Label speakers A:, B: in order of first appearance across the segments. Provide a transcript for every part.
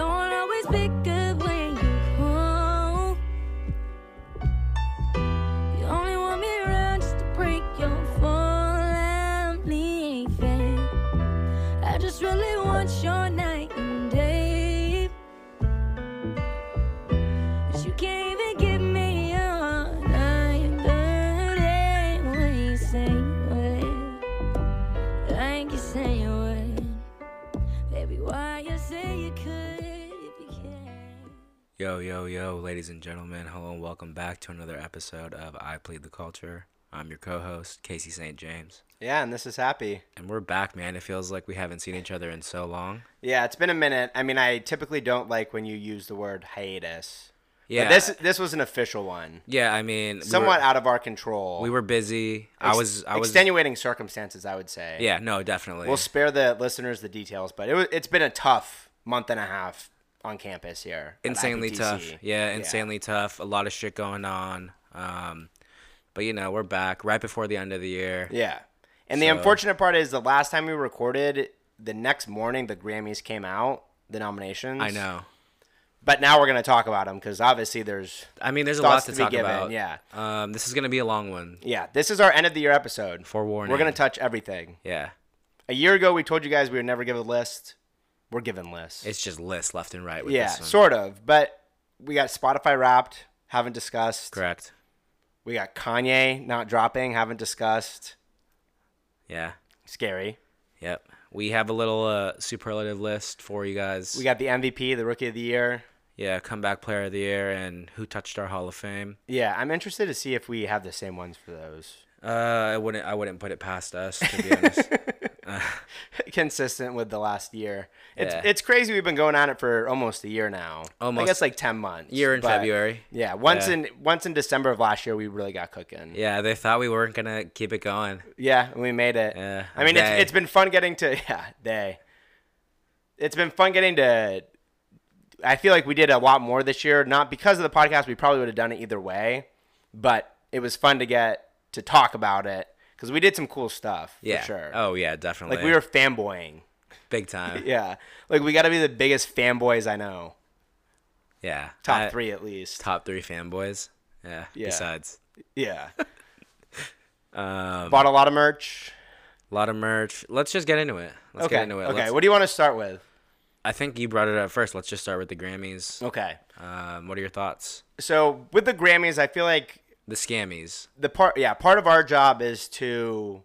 A: always pick up when you call. You only want me around just to break your fall. I'm leaving. I just really want your night and day. 'Cause you can't even give me a night and day when you say you would. Like you say you would. Baby, why you say you could if you can?
B: Yo, yo, yo, ladies and gentlemen, hello and welcome back to another episode of I Plead the Culture. I'm your co host, Casey St. James.
C: Yeah, and this is happy.
B: And we're back, man. It feels like we haven't seen each other in so long.
C: Yeah, it's been a minute. I mean, I typically don't like when you use the word hiatus.
B: Yeah.
C: But this this was an official one.
B: yeah, I mean, we
C: Somewhat
B: were-
C: out of our control.
B: We were busy. I
C: Ex-
B: was, I was,
C: extenuating circumstances, I would say.
B: yeah, no, definitely.
C: We'll spare the listeners the details, but it, wa- it's been a tough month and a half on campus here. at
B: insanely
C: IPTC.
B: tough. Yeah, insanely tough. A lot of shit going on. Um, but you know, we're back right before the end of the year.
C: Yeah. And the
B: So-
C: unfortunate part is the last time we recorded, the next morning the Grammys came out, the nominations.
B: I know.
C: But now we're going to talk about them because obviously there's
B: I mean, there's a lot
C: Thoughts
B: to,
C: to be
B: talk
C: given,
B: about.
C: yeah.
B: Um, this is gonna be a long one.
C: Yeah, this is our end of the year episode.
B: Forewarning.
C: We're gonna touch everything.
B: Yeah.
C: A year ago, we told you guys we would never give a list. We're giving lists.
B: It's just lists left and right with
C: yeah,
B: this one.
C: sort of. But we got Spotify Wrapped, haven't discussed.
B: Correct.
C: We got Kanye not dropping, haven't discussed.
B: Yeah.
C: Scary.
B: Yep. We have a little uh, superlative list for you guys.
C: We got the MVP, the Rookie of the Year.
B: yeah, comeback player of the year and who touched our Hall of Fame.
C: Yeah, I'm interested to see if we have the same ones for those.
B: Uh, I wouldn't. I wouldn't put it past us. To be honest.
C: Consistent with the last year. It's
B: Yeah.
C: it's crazy. We've been going on it for almost a year now. I
B: Almost.
C: think it's like ten months.
B: Year in
C: but-
B: February.
C: Yeah, once
B: Yeah.
C: in once in December of last year, we really got cooking.
B: Yeah, they thought we weren't gonna keep it going.
C: Yeah, and we made it.
B: Yeah,
C: I mean,
B: they.
C: it's, it's been fun getting to yeah they. It's been fun getting to. I feel like we did a lot more this year, not because of the podcast. We probably would have done it either way, but it was fun to get to talk about it because we did some cool stuff.
B: Yeah.
C: for sure.
B: Oh yeah, definitely.
C: like we were fanboying.
B: big time.
C: Yeah, like we got to be the biggest fanboys I know.
B: Yeah.
C: Top
B: I-
C: three at least.
B: Top three fanboys. Yeah.
C: Yeah.
B: Besides,
C: Yeah. um, Bought a lot of merch.
B: a lot of merch. Let's just get into it. Let's
C: Okay.
B: get into it.
C: okay.
B: Let's-
C: What do you want to start with?
B: I think you brought it up first. Let's just start with the Grammys.
C: Okay.
B: Um, what are your thoughts?
C: So with the Grammys, I feel like
B: The Scammies.
C: the part yeah part of our job is to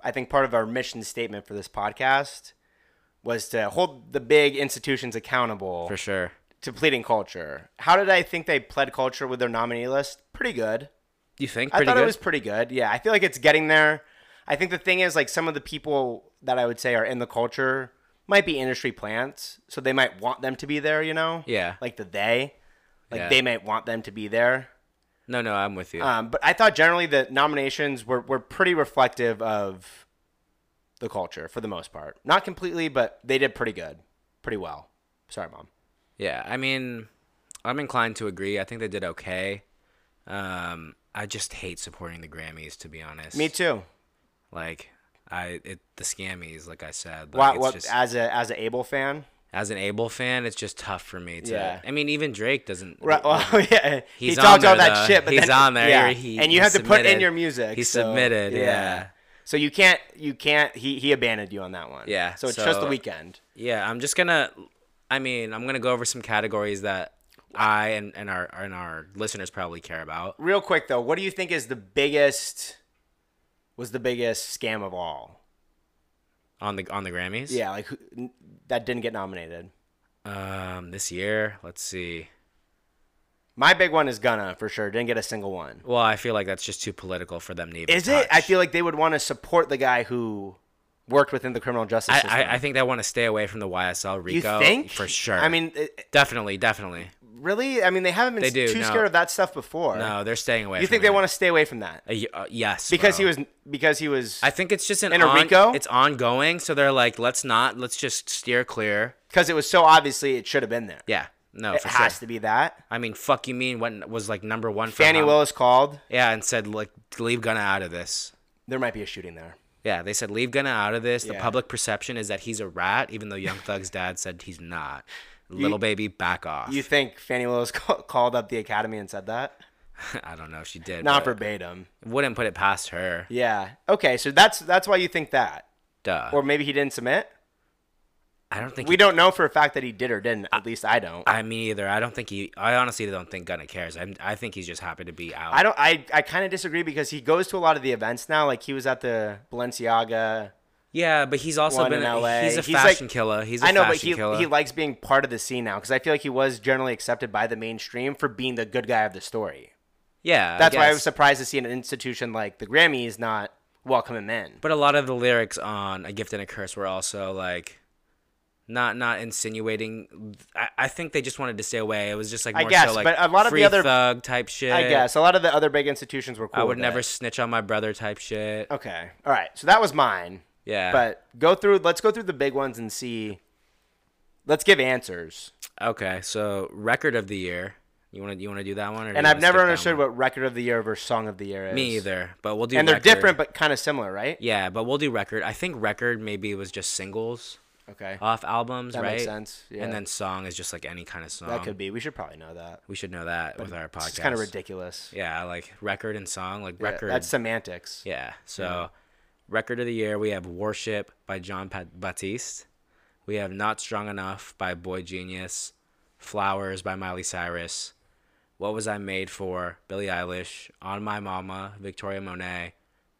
C: i think part of our mission statement for this podcast was to hold the big institutions accountable
B: For sure.
C: to pleading culture how did i think they pled culture with their nominee list pretty good
B: You think?
C: i
B: Pretty
C: thought
B: good?
C: it was pretty good yeah i feel like it's getting there i think the thing is like some of the people that i would say are in the culture might be industry plants so they might want them to be there you know
B: Yeah.
C: like the they like
B: Yeah.
C: they might want them to be there
B: no, no, I'm with you.
C: um, but I thought generally the nominations were, were pretty reflective of the culture for the most part. Not completely, but they did pretty good, pretty well. Sorry, mom.
B: yeah. I mean, I'm inclined to agree. I think they did okay. Um, I just hate supporting the Grammys, to be honest.
C: Me too.
B: Like, I it the Scammies, like I said. Like,
C: Why
B: it's
C: what,
B: just-
C: as a as a Able fan,
B: as an Abel fan, it's just tough for me to.
C: Yeah.
B: I mean, even Drake doesn't.
C: right? Well, yeah,
B: He's
C: he talked
B: on
C: all
B: there,
C: that
B: though.
C: shit, but
B: He's
C: then,
B: on there.
C: yeah,
B: He-
C: and you
B: he
C: have to put in
B: submitted.
C: your music.
B: He
C: so,
B: submitted, yeah.
C: So you can't, you can't. He he abandoned you on that one.
B: Yeah,
C: So it's just the
B: so-
C: weekend.
B: Yeah, I'm just gonna. I mean, I'm gonna go over some categories that I and, and our and our listeners probably care about.
C: Real quick though, what do you think is the biggest? Was the biggest scam of all?
B: on the on the Grammys.
C: Yeah, like who, n- that didn't get nominated.
B: Um, this year, let's see.
C: My big one is Gunna for sure. Didn't get a single one.
B: Well, I feel like that's just too political for them to even.
C: Is it? I
B: touch.
C: feel like they would want to support the guy who worked within the criminal justice system.
B: I, I, I think they want to stay away from the YSL
C: you
B: Rico.
C: think
B: for sure?
C: I mean, it,
B: definitely, definitely.
C: really? I mean, they haven't been
B: They
C: s-
B: do,
C: too
B: no.
C: scared of that stuff before.
B: No, they're staying away.
C: uh, you think they want to stay away from that
B: to? Uh, yes,
C: because he
B: bro.
C: was because he was
B: I think it's just an
C: And a
B: on-
C: Rico?
B: It's ongoing, so they're like, let's not. Let's just steer clear.
C: because it was so obviously it should have been there.
B: Yeah, no,
C: it
B: for
C: has
B: sure.
C: to be that.
B: I mean, fuck you mean when was like number one for
C: Fannie
B: how-
C: Willis called.
B: Yeah, and said like leave Gunna out of this.
C: There might be a shooting there.
B: Yeah, they said leave Gunna out of this. The
C: Yeah.
B: public perception is that he's a rat, even though Young Thug's dad said he's not. Little baby, back off.
C: You think Fannie Willis ca- called up the academy and said that?
B: I don't know. She did.
C: Not
B: but
C: verbatim.
B: Wouldn't put it past her.
C: Yeah. Okay, so that's that's why you think that,
B: Duh.
C: or maybe he didn't submit.
B: I don't think
C: We don't know for a fact that he did or didn't. At least I don't.
B: I mean, either. I don't think he. I honestly don't think Gunna cares. I, I think he's just happy to be out.
C: I don't. I I kind of disagree because he goes to a lot of the events now. Like he was at the Balenciaga.
B: yeah, but he's also
C: One
B: been.
C: in LA.
B: He's a
C: He's like-
B: fashion killer. He's a
C: I know, but
B: fashion
C: he
B: killer.
C: he likes being part of the scene now because I feel like he was generally accepted by the mainstream for being the good guy of the story.
B: yeah,
C: That's why I
B: guess.
C: was surprised to see an institution like the Grammys not welcome him in.
B: But a lot of the lyrics on "A Gift and a Curse" were also like, not not insinuating. I, I think they just wanted to stay away. It was just like more
C: guess,
B: so like
C: but a lot of the
B: free
C: other-
B: thug type shit.
C: I guess a lot of the other big institutions were cool.
B: Uh, I would
C: with
B: never
C: it.
B: snitch on my brother type shit.
C: Okay. All right. So that was mine.
B: Yeah.
C: But go through. Let's go through the big ones and see. Let's give answers.
B: okay, so record of the year. You want to you want to do that one? Or do
C: And
B: you
C: I've
B: wanna skip
C: never
B: that
C: understood
B: one?
C: what record of the year versus song of the year is.
B: me either. But we'll do.
C: And they're
B: record.
C: different, but kind of similar, right?
B: Yeah, but we'll do record. I think record maybe was just singles
C: Okay.
B: off albums,
C: That
B: right?
C: makes sense, yeah.
B: And then song is just like any kind of song.
C: that could be. We should probably know that.
B: We should know that with our podcast.
C: It's kind of ridiculous.
B: Yeah, like record and song, like
C: Yeah,
B: record. Yeah.
C: That's semantics.
B: So, record of the year, we have Worship by John Pat- Batiste. We have Not Strong Enough by Boy Genius. Flowers by Miley Cyrus. What Was I Made For? Billie Eilish. On My Mama, Victoria Monet.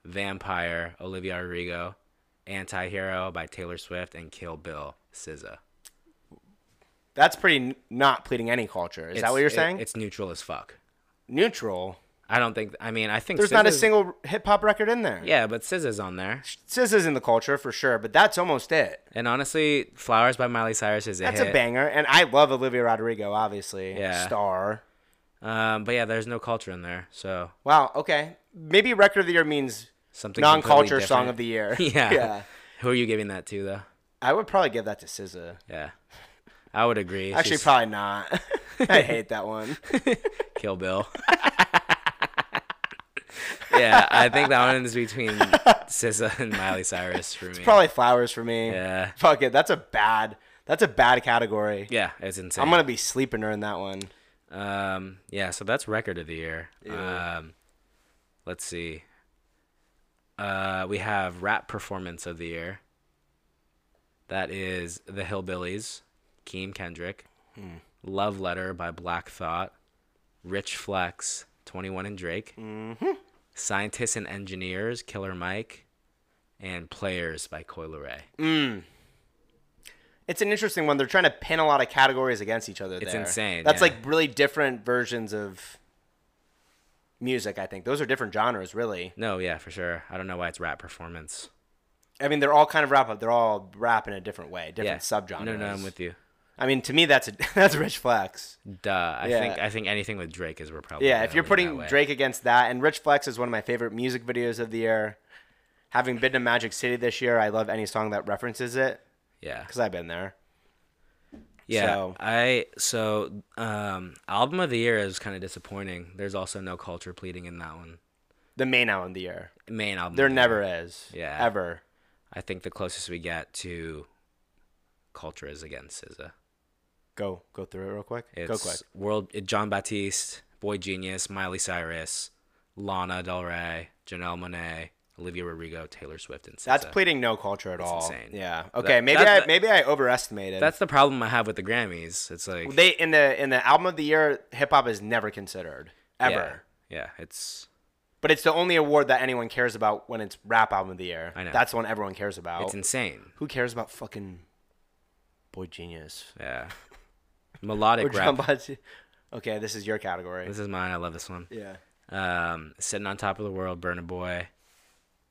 B: Vampire, Olivia Rodrigo. Anti Hero by Taylor Swift. And Kill Bill, SZA.
C: That's pretty n- not pleading any culture. Is that
B: It's-
C: what you're
B: it-
C: saying?
B: It's neutral as fuck.
C: neutral.
B: I don't think, I mean, I think
C: There's not a
B: SZA's-
C: single hip hop record in there.
B: Yeah, but SZA's on there.
C: This is in the culture for sure, but that's almost it.
B: And honestly, Flowers by Miley Cyrus is a
C: That's
B: hit.
C: a banger, and I love Olivia Rodrigo, obviously.
B: Yeah.
C: Star.
B: Um, but yeah, there's no culture in there, so
C: Wow. Okay. Maybe record of the year means
B: something
C: non-culture
B: completely
C: song
B: different.
C: of the year.
B: Yeah.
C: Yeah.
B: Who are you giving that to though?
C: I would probably give that to SZA.
B: Yeah, I would agree.
C: Actually,
B: She's
C: probably not. I hate that one.
B: Kill Bill. yeah, I think that one is between SZA and Miley Cyrus for me.
C: Probably flowers for me.
B: yeah,
C: Fuck it. That's a bad. That's a bad category.
B: yeah, it's insane.
C: I'm gonna be sleeping during that one.
B: Um, yeah, so that's record of the year. Um, let's see. Uh, we have rap performance of the year. That is The Hillbillies, Keem Kendrick, Love Letter by Black Thought, Rich Flex, 21 and Drake, Scientists and Engineers, Killer Mike, and Players by Coil Ray.
C: It's an interesting one. They're trying to pin a lot of categories against each other. It's
B: insane,
C: That's
B: yeah.
C: like really different versions of music. I think those are different genres. Really.
B: No, yeah, for sure. I don't know why it's rap performance.
C: I mean, they're all kind of rap, but they're all rap in a different way,
B: Yeah.
C: different subgenres.
B: No, no, I'm with you.
C: I mean, to me, that's a that's Rich Flex.
B: Duh. uh, I
C: Yeah.
B: think I think anything with Drake is we're probably
C: Yeah,
B: gonna
C: if you're
B: lean
C: putting
B: that way.
C: Drake against that, and Rich Flex is one of my favorite music videos of the year. Having been to Magic City this year, I love any song that references it
B: yeah,
C: because I've been there.
B: yeah.
C: so-
B: I so um, album of the year is kind of disappointing. There's also no culture pleading in that one.
C: The main album of the year.
B: Main album.
C: There
B: of the year.
C: never is.
B: Mm. Yeah.
C: Ever.
B: I think the closest we get to culture is against SZA.
C: Go go through it real quick.
B: It's
C: go quick.
B: World. It, John Batiste, Boy Genius, Miley Cyrus, Lana Del Rey, Janelle Monae, Olivia Rodrigo, Taylor Swift, and SZA.
C: That's pleading no culture at all.
B: insane.
C: Yeah. Okay. maybe
B: that-
C: I
B: that-
C: maybe I overestimated.
B: that's the problem I have with the Grammys. It's like
C: they in the in the album of the year, hip hop is never considered ever.
B: Yeah, yeah it's
C: But it's the only award that anyone cares about when it's rap album of the year.
B: I know.
C: That's the one everyone cares about.
B: it's insane.
C: Who cares about fucking Boy Genius?
B: Yeah.
C: Or
B: Melodic
C: John
B: rap.
C: Bati- Okay, this is your category.
B: This is mine. I love this one.
C: yeah.
B: Um, Sitting on Top of the World, Burna Boy,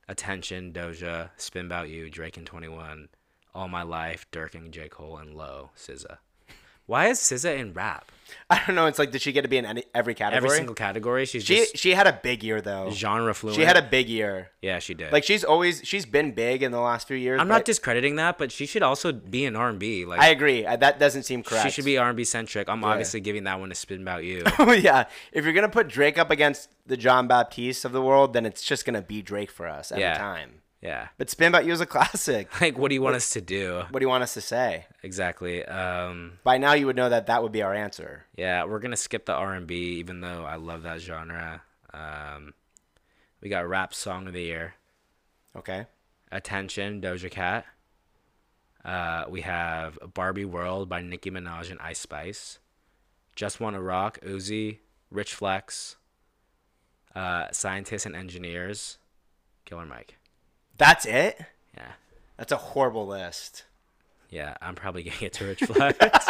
B: Attention, Doja, Spin About You, Drake and 21, All My Life, Dirk and J. Cole, and Low, SZA. Why is SZA in rap?
C: I don't know. It's like, did she get to be in any, every category?
B: Every single category, she's
C: She
B: just
C: she had a big year though.
B: genre fluent.
C: She had a big year.
B: yeah, she did.
C: Like she's always she's been big in the last few years.
B: I'm
C: but
B: not discrediting that, but she should also be in R&B. Like
C: I agree. I, that doesn't seem correct.
B: she should be R&B centric. I'm obviously giving that one to Spin About You.
C: Oh, yeah. If you're gonna put Drake up against the John Baptiste of the world, then it's just gonna be Drake for us every
B: Yeah.
C: time.
B: Yeah.
C: But Spin About You is a classic.
B: Like, what do you want us to do?
C: What do you want us to say?
B: Exactly. Um,
C: By now, you would know that that would be our answer.
B: yeah, we're gonna skip the R and B, even though I love that genre. Um, we got rap song of the year,
C: Okay.
B: Attention, Doja Cat. Uh, we have Barbie World by Nicki Minaj and Ice Spice. Just Wanna Rock, Uzi, Rich Flex, uh, Scientists and Engineers, Killer Mike.
C: That's it?
B: Yeah.
C: That's a horrible list.
B: Yeah, I'm probably gonna get to Rich Flex.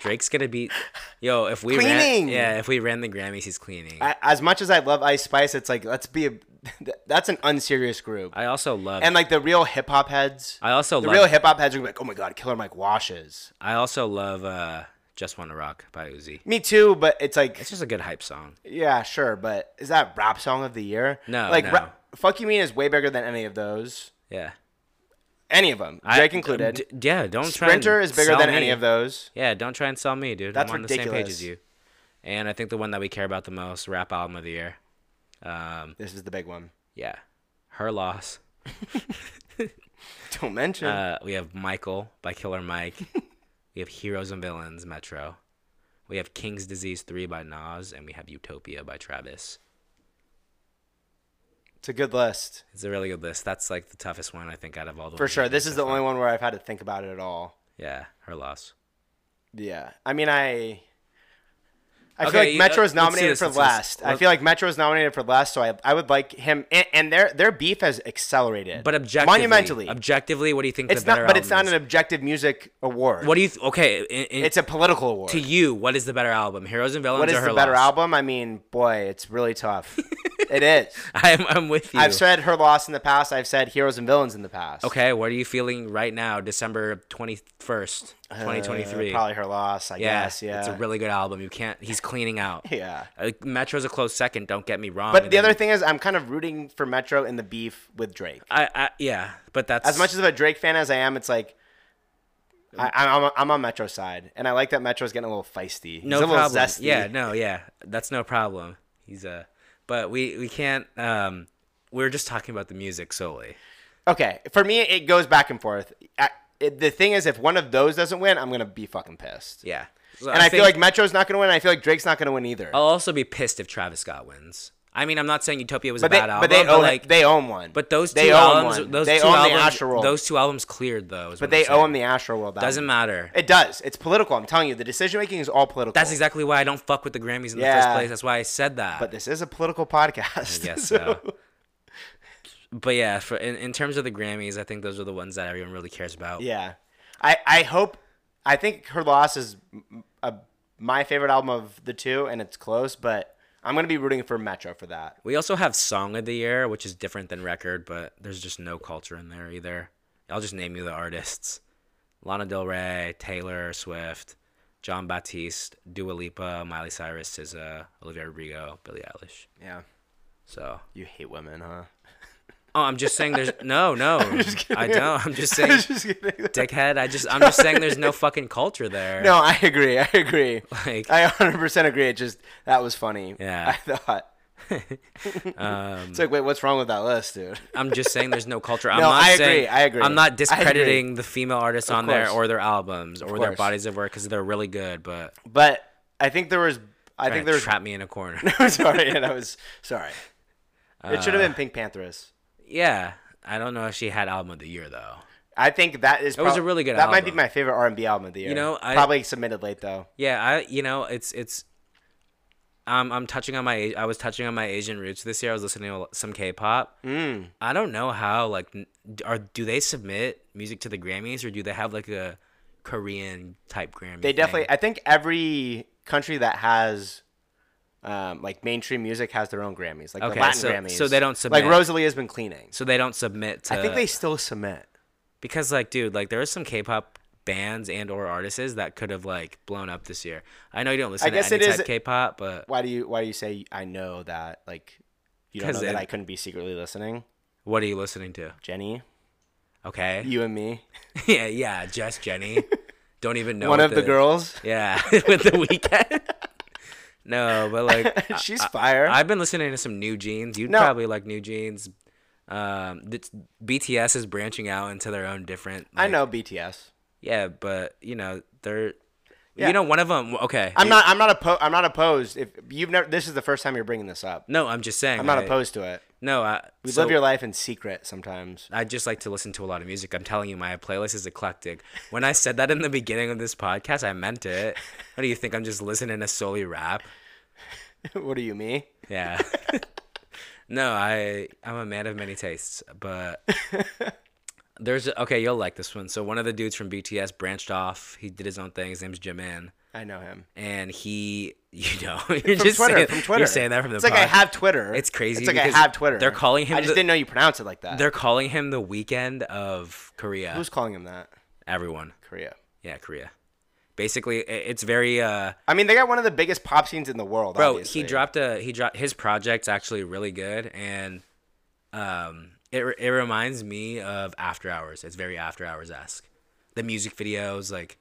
B: Drake's gonna beat yo if we
C: Cleaning!
B: ran yeah if we ran the Grammys he's cleaning. I,
C: I, as much as I love Ice Spice, it's like, let's be a. That's an unserious group.
B: also love
C: And like the real hip hop heads.
B: I also
C: the
B: love
C: real hip hop heads are gonna be like, oh my god, Killer Mike washes.
B: I also love uh Just Wanna Rock by Uzi.
C: Me too, but it's like,
B: It's just a good hype song.
C: yeah, sure, but is that rap song of the year?
B: No,
C: Like,
B: no.
C: rap- Fuck You Mean is way bigger than any of those.
B: Yeah.
C: Any of them.
B: I-
C: Drake included.
B: d- yeah, don't try and
C: Sprinter is bigger
B: sell
C: than
B: me.
C: any of those.
B: Yeah, don't try and sell me, dude.
C: That's
B: I'm on the same page
C: ridiculous.
B: as you. And I think the one that we care about the most, rap album of the year. Um,
C: This is the big one.
B: yeah. Her loss.
C: Don't mention.
B: Uh, we have Michael by Killer Mike. we have Heroes and Villains, Metro. We have King's Disease 3 by Nas. And we have Utopia by Travis.
C: it's a good list.
B: It's a really good list. That's like the toughest one, I think, out of all the
C: For
B: ones
C: sure.
B: we've
C: This
B: done
C: is
B: so
C: the only one where I've had to think about it at all.
B: far. Yeah, her loss.
C: Yeah. I mean, I. I
B: Okay,
C: feel like
B: you-
C: Metro
B: let's
C: is
B: see
C: nominated
B: this,
C: for
B: let's see this.
C: last. I
B: Let-
C: feel like Metro is nominated for last, so I, I would like him. And, and their their beef has accelerated,
B: But objectively,
C: monumentally.
B: objectively, what do you think
C: it's
B: the better
C: not, but it's
B: album
C: not
B: is?
C: an objective music award.
B: What do you th- okay? In, in,
C: it's a political award.
B: to you. What is the better album, Heroes and Villains
C: what
B: or
C: is
B: Her
C: the better
B: Loss?
C: album? I mean, boy, it's really tough. it is.
B: I'm, I'm with you.
C: I've said her loss in the past. I've said heroes and villains in the past.
B: okay, what are you feeling right now, December twenty first, twenty twenty
C: Uh,
B: three?
C: probably her loss. I
B: Yeah,
C: guess. Yeah.
B: it's a really good album. You can't. He's cleaning out.
C: yeah.
B: Uh, Metro's a close second. Don't get me wrong.
C: But
B: And
C: the
B: then-
C: other thing is, I'm kind of rooting for Metro in the beef with Drake.
B: I, I yeah, but that's
C: As much as of a Drake fan as I am, it's like I, I'm, I'm on Metro's side, and I like that Metro's getting a little feisty. He's
B: no
C: a little
B: problem.
C: zesty.
B: Yeah, no, yeah, that's no problem. He's a, but we we can't. Um, we're just talking about the music solely.
C: Okay, for me, it goes back and forth. I, it, the thing is, if one of those doesn't win, I'm gonna be fucking pissed.
B: Yeah, So
C: And I, feel
B: think- Oh,
C: like Metro's not gonna win. And I feel like Drake's not gonna win either.
B: I'll also be pissed if Travis Scott wins. I mean, I'm not saying Utopia was
C: but,
B: a
C: they,
B: bad album,
C: but they own
B: like,
C: they own one.
B: but those two
C: they own
B: albums,
C: one.
B: those
C: they
B: two
C: own
B: albums,
C: the Astro World.
B: those two albums cleared though. is
C: but
B: what I'm
C: they
B: saying.
C: own the Astro World.
B: Doesn't
C: album.
B: matter.
C: It does. It's political. I'm telling you, the decision making is all political.
B: That's exactly why I don't fuck with the Grammys in the
C: Yeah.
B: first place. That's why I said that.
C: But this is a political podcast.
B: I guess so. But yeah, for in, in terms of the Grammys, I think those are the ones that everyone really cares about.
C: Yeah, I I hope I think her loss is m- a, my favorite album of the two, and it's close. But I'm gonna be rooting for Metro for that.
B: We also have Song of the Year, which is different than record, but there's just no culture in there either. I'll just name you the artists. Lana Del Rey, Taylor Swift, John Batiste, Dua Lipa, Miley Cyrus, SZA, Olivia Rodrigo, Billie Eilish.
C: Yeah,
B: So,
C: you hate women, huh?
B: oh, I'm just saying there's no, no, I don't. I'm just saying,
C: Just kidding.
B: dickhead. I just, I'm just saying there's no fucking culture there.
C: No, I agree. I agree.
B: Like-
C: I 100 percent agree. It just that was funny.
B: Yeah.
C: I thought. it's like, wait, what's wrong with that list, dude?
B: I'm just saying there's no culture. I'm
C: No,
B: not
C: I agree,
B: saying,
C: I agree.
B: I'm
C: I agree.
B: not discrediting the female artists on there
C: course.
B: or their albums or their
C: course.
B: bodies of work because they're really good, but
C: But I think there was. I
B: I
C: think
B: think
C: there
B: they're
C: was.
B: trap me in a corner.
C: sorry, and I was sorry. It should have been Pink Panthers.
B: yeah, I don't know if she had album of the year though.
C: I think that is.
B: was
C: prob-
B: a really good
C: That might be
B: album.
C: my favorite R and B album of the year.
B: know, I-
C: probably submitted late though.
B: Yeah, I you know it's it's. Um, I'm touching on my I was touching on my Asian roots this year. I was listening to some K-pop. Mm. I don't know how like n- are do they submit music to the Grammys or do they have like a Korean type Grammy?
C: They
B: thing?
C: definitely. I think every country that has. Um, like mainstream music has their own Grammys, like
B: Okay,
C: the Latin
B: so-
C: Grammys.
B: so they don't
C: Like
B: submit.
C: Rosalie has been cleaning.
B: so they don't submit to
C: I think they still submit.
B: because like dude like there are some K-pop bands and or artists that could have like blown up this year. I know you don't listen
C: I guess
B: to any
C: it
B: type
C: is-
B: K-pop, but
C: Why do you Why do you say I know that? Like you don't
B: 'Cause
C: know that
B: it-
C: I couldn't be secretly listening,
B: what are you listening to?
C: Jenny.
B: Okay.
C: You and me,
B: Yeah, yeah, just Jenny. Don't even know
C: one
B: what
C: of the, girls.
B: Yeah, with the weekend. no, but like
C: She's fire.
B: I've been listening to some New Jeans. You
C: No.
B: probably like New Jeans. Um, it's, BTS is branching out into their own different.
C: I
B: like-
C: know BTS.
B: Yeah, but you know they're.
C: Yeah.
B: You know, one of them. Okay.
C: I'm not. I'm not oppo- I'm not opposed. If you've never, this is the first time you're bringing this up.
B: No, I'm just saying.
C: I'm not
B: I-
C: opposed to it.
B: No, I.
C: We
B: so-
C: live your life in secret sometimes.
B: I just like to listen to a lot of music. I'm telling you, my playlist is eclectic. When I said that in the beginning of this podcast, I meant it. What do you think? I'm just listening to solely rap.
C: what are you, me?
B: Yeah. no, I I'm a man of many tastes, but there's okay. You'll like this one. So one of the dudes from BTS branched off. He did his own thing. His name's Jimin,
C: I know him.
B: and he, you know, you're
C: From
B: just
C: Twitter.
B: saying,
C: from Twitter.
B: You're saying that from the
C: It's like I
B: podcast.
C: have Twitter.
B: It's crazy
C: It's like I
B: because
C: have Twitter.
B: they're calling him
C: I just
B: the-
C: didn't know you pronounce it like that.
B: They're calling him the weekend of Korea.
C: Who's calling him that?
B: Everyone.
C: Korea.
B: Yeah, Korea. Basically, i- it's very uh
C: I mean, they got one of the biggest pop scenes in the world.
B: bro.
C: obviously.
B: He dropped a he dropped his project's actually really good, and um, it re- it reminds me of After Hours. It's very After Hours esque. The music videos, like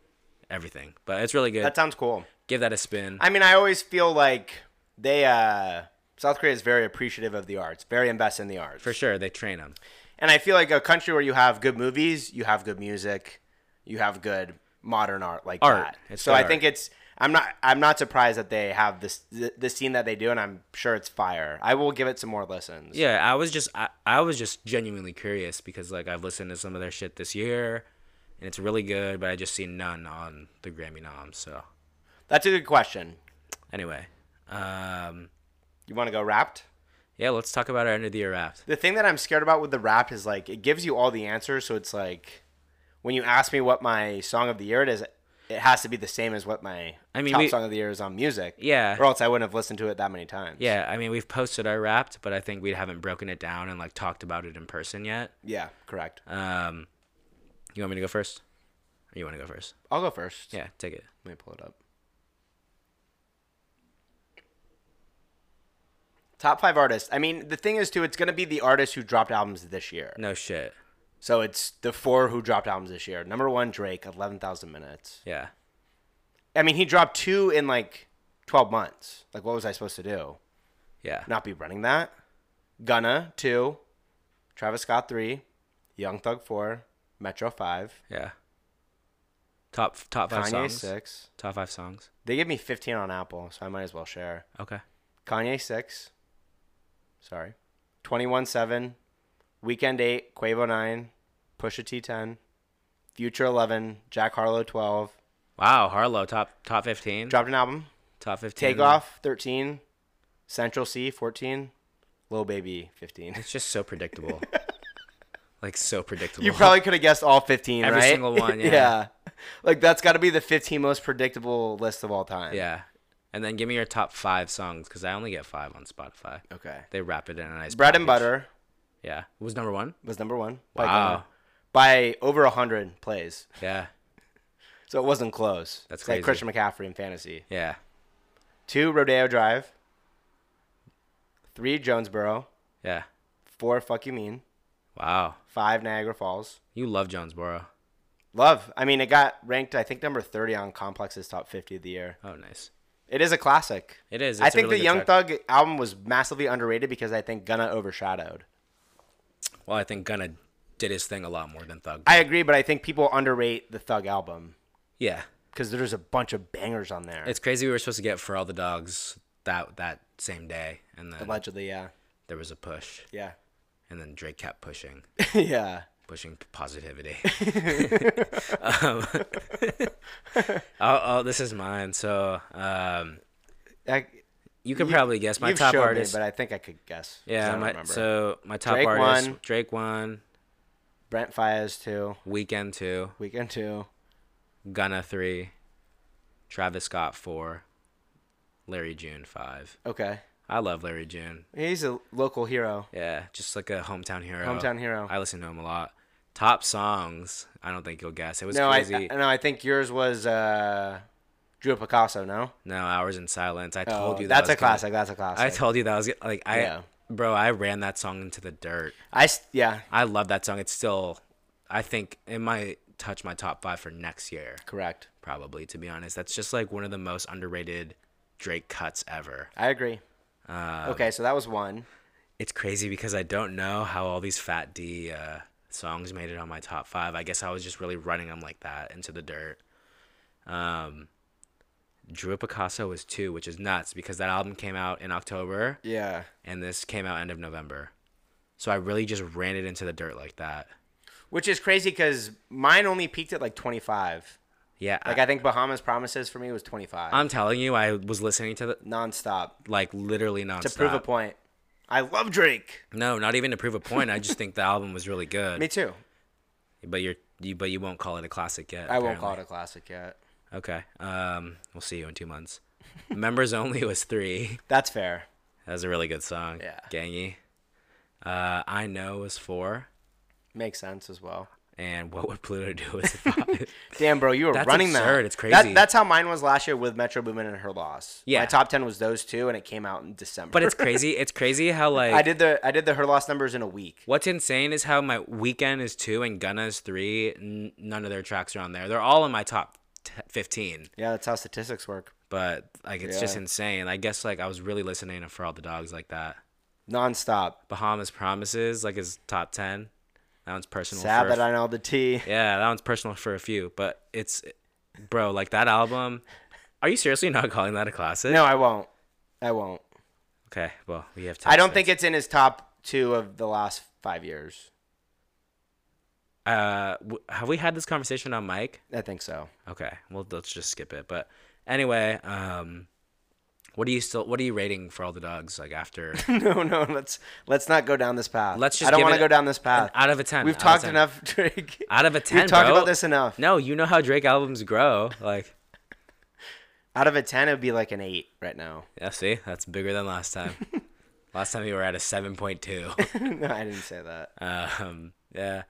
B: everything, but it's really good.
C: That sounds cool.
B: Give that a spin.
C: I mean, I always feel like they uh, South Korea is very appreciative of the arts, very invested in the arts.
B: For sure, they train them.
C: And I feel like a country where you have good movies, you have good music, you have good modern art like
B: Art.
C: that.
B: It's
C: so
B: good
C: I
B: art.
C: think it's I'm not I'm not surprised that they have this th- the scene that they do, and I'm sure it's fire. I will give it some more listens.
B: Yeah, I was just I, I was just genuinely curious because like I've listened to some of their shit this year, and it's really good, but I just seen none on the Grammy nom. So
C: that's a good question.
B: anyway, um,
C: You want to go wrapped?
B: yeah, let's talk about our end of the year wrapped.
C: The thing that I'm scared about with the rap is like it gives you all the answers, so it's like when you ask me what my song of the year it is, it has to be the same as what my
B: I mean,
C: top
B: we-
C: song of the year is on music.
B: Yeah.
C: Or else I wouldn't have listened to it that many times.
B: Yeah, I mean, we've posted our wrapped, but I think we haven't broken it down and like talked about it in person yet.
C: Yeah, correct.
B: Um, you want me to go first? Or you want to go first?
C: I'll go first.
B: Yeah, take it.
C: Let me pull it up. Top five artists. I mean, the thing is, too, it's going to be the artists who dropped albums this year.
B: No shit.
C: So it's the four who dropped albums this year. Number one, Drake, 11,000 minutes.
B: Yeah.
C: I mean, he dropped two in like 12 months. Like, what was I supposed to do?
B: Yeah.
C: Not be running that? Gunna, two. Travis Scott, three. Young Thug, four. Metro, five.
B: Yeah. Top top five
C: Kanye,
B: songs.
C: six.
B: Top five songs.
C: They give me 15 on Apple, so I might as well share.
B: Okay.
C: Kanye six. Sorry. Twenty one seven. Weekend eight. Quavo nine. Pusha T ten. Future eleven. Jack Harlow twelve.
B: Wow, Harlow top top fifteen.
C: Dropped an album.
B: top fifteen.
C: Takeoff thirteen. Central C fourteen. Lil Baby fifteen.
B: It's just so predictable. like so predictable.
C: You probably could have guessed all fifteen,
B: Every
C: right?
B: single one, yeah.
C: Like that's got to be the fifteen most predictable list of all time.
B: yeah. And then give me your top five songs because I only get five on Spotify.
C: Okay.
B: They wrap it in a nice.
C: Bread and
B: package.
C: Butter
B: Yeah. What was number one?
C: was number one. by
B: Wow.
C: Gunna. By over hundred plays.
B: Yeah.
C: So it wasn't close.
B: That's
C: It's like
B: crazy.
C: Christian McCaffrey in fantasy.
B: Yeah.
C: Two Rodeo Drive. Three Jonesboro.
B: Yeah.
C: Four Fuck You Mean.
B: Wow.
C: Five Niagara Falls.
B: You love Jonesboro.
C: Love. I mean, it got ranked, I think, number 30 on Complex's top 50 of the year.
B: Oh, nice.
C: It is a classic.
B: It is.
C: I
B: It's a
C: think
B: really
C: the
B: good
C: Young
B: track.
C: Thug album was massively underrated because I think Gunna overshadowed.
B: Well, I think Gunna did his thing a lot more than Thug.
C: I agree, but I think people underrate the Thug album
B: yeah.
C: because there's a bunch of bangers on there.
B: It's crazy. We were supposed to get for all the dogs that that same day, and then
C: allegedly, yeah.
B: there was a push,
C: Yeah.
B: and then Drake kept pushing,
C: yeah.
B: pushing positivity. um, oh, oh, this is mine. So um,
C: I,
B: you can probably guess my
C: you've
B: top
C: showed me,
B: artist.
C: but I think I could guess. 'cause I
B: yeah,
C: don't
B: my,
C: remember.
B: so my top
C: Drake
B: artist,
C: won.
B: Drake one,
C: Brent Fires two,
B: Weekend two,
C: Weekend two,
B: Gunna three, Travis Scott four, Larry June five.
C: Okay.
B: I love Larry June.
C: He's a local hero.
B: Yeah, just like a hometown hero.
C: Hometown hero.
B: I listen to him a lot. Top songs. I don't think you'll guess. It was
C: No, I, I
B: crazy.
C: no, I think yours was uh Drew Picasso, no?
B: no, hours in silence. I told
C: Oh,
B: you that
C: that's
B: was
C: a
B: gonna-
C: classic, that's a classic.
B: I told you that was like I,
C: Yeah.
B: bro. I ran that song into the dirt.
C: I s- yeah,
B: I love that song. It's still, I think it might touch my top five for next year.
C: correct.
B: Probably to be honest, that's just like one of the most underrated Drake cuts ever. Uh,
C: I agree. okay, so that was one.
B: It's crazy because I don't know how all these Fat D uh, songs made it on my top five. I guess I was just really running them like that into the dirt. Um, Drew Picasso was two, which is nuts because that album came out in October
C: Yeah.
B: and this came out end of November. So I really just ran it into the dirt like that.
C: Which is crazy because mine only peaked at like 25.
B: Yeah,
C: Like I,
B: I,
C: think Bahamas Promises for me was 25.
B: I'm telling you, I was listening to the
C: nonstop
B: like literally
C: to
B: nonstop.
C: prove a point. I love Drake.
B: No, not even to prove a point. I just think the album was really good.
C: Me too.
B: But you're you, but you won't call it a classic yet.
C: I won't call it a classic yet.
B: it. Okay. Um, we'll see you in two months. Members only was three.
C: That's fair.
B: That was a really good song.
C: Yeah.
B: Gangy. Uh, I know was four,
C: Makes sense as well.
B: and what would Pluto do was five.
C: Damn, bro, you were
B: That's
C: running
B: absurd.
C: that.
B: It's
C: That-
B: crazy.
C: that's how mine was last year with Metro Boomin and her loss.
B: Yeah.
C: My top ten was those two, and it came out in December.
B: but it's crazy. It's crazy how like
C: I did the I did the her loss numbers in a week.
B: What's insane is how my weekend is two and Gunna is three. N- none of their tracks are on there. They're all in my top t- fifteen,
C: Yeah, that's how statistics work.
B: but like it's just
C: Yeah.
B: insane. I guess like I was really listening to for all the dogs like that.
C: Nonstop.
B: Bahamas Promises like is top ten. That one's personal.
C: Sad
B: for a
C: that I know the T.
B: f- yeah, that one's personal for a few, but it's bro like that album. Are you seriously not calling that a classic?
C: No, I won't. I won't.
B: Okay, well we have.
C: I don't think it's in his top two of the last five years.
B: Uh, w- have we had this conversation on mic?
C: I think so.
B: Okay, well let's just skip it. But anyway, um, what are you still? What are you rating for all the dogs? Like after
C: no, no, let's let's not go down this path.
B: Let's just
C: I don't
B: give
C: want
B: it
C: to go down this path.
B: out of a ten.
C: We've
B: out of
C: talked
B: 10.
C: enough, Drake.
B: Out of a ten,
C: We've talked
B: bro.
C: about this enough.
B: No, you know how Drake albums grow. Like,
C: Out of a ten, it would be like an eight right now.
B: yeah, see, that's bigger than last time. last time you were at a seven point two.
C: no, I didn't say that.
B: Um, yeah,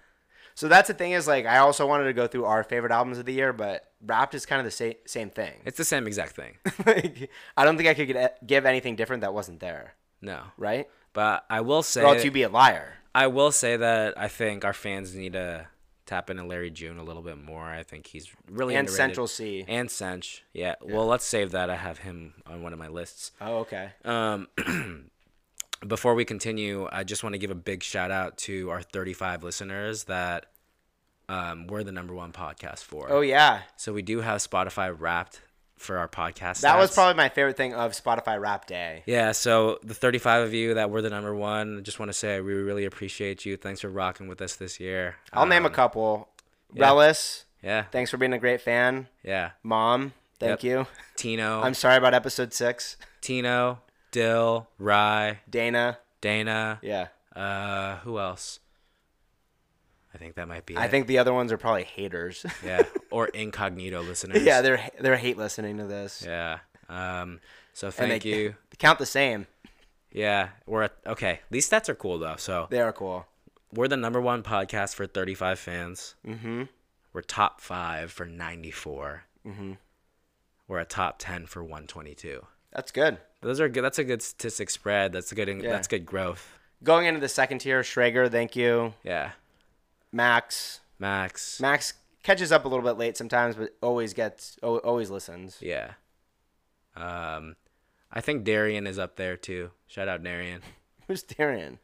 C: So that's the thing is like I also wanted to go through our favorite albums of the year, but Wrapped is kind of the same same thing.
B: it's the same exact thing.
C: like, I don't think I could get, eh, give anything different that wasn't there,
B: No,
C: right?
B: but I will say,
C: Or else you'd be a liar.
B: I will say that I think our fans need to tap into Larry June a little bit more. I think he's really
C: And
B: underrated.
C: Central C.
B: and Sench. Yeah. Well, let's save that. I have him on one of my lists.
C: Oh, okay.
B: uh, Before we continue, I just want to give a big shout out to our 35 listeners that um, we're the number one podcast for.
C: Oh yeah,
B: So we do have Spotify Wrapped for our podcast.
C: that was
B: stats.
C: probably my favorite thing of Spotify Rap Day.
B: Yeah, so the 35 of you that were the number one, I just want to say we really appreciate you. Thanks for rocking with us this year. Uh,
C: I'll name a
B: Um,
C: couple. Relis,
B: Yeah,
C: thanks for being a great fan.
B: yeah.
C: Mom, thank you.
B: Tino,
C: I'm sorry about episode six.
B: Tino, Dill, Rye,
C: Dana,
B: Dana.
C: yeah.
B: Uh, who else? I think that might be.
C: I
B: it.
C: think the other ones are probably haters.
B: yeah, or incognito listeners.
C: yeah, they're they're hate listening to this.
B: yeah. Um, so
C: And
B: thank
C: they,
B: you.
C: Count the same.
B: Yeah, we're at, okay. These stats are cool though. So
C: They are cool.
B: we're the number one podcast for 35 fans. Mm-hmm. We're top five for 94. Mm-hmm. We're a top 10 for 122.
C: That's good.
B: Those are good. That's a good statistic spread. That's a good. in-
C: Yeah.
B: That's good growth.
C: Going into the second tier, Schrager, thank you.
B: Yeah,
C: Max.
B: Max.
C: Max catches up a little bit late sometimes, but always gets al- always listens.
B: Yeah. Um, I think Darian is up there too. Shout out Darian.
C: Who's Darian?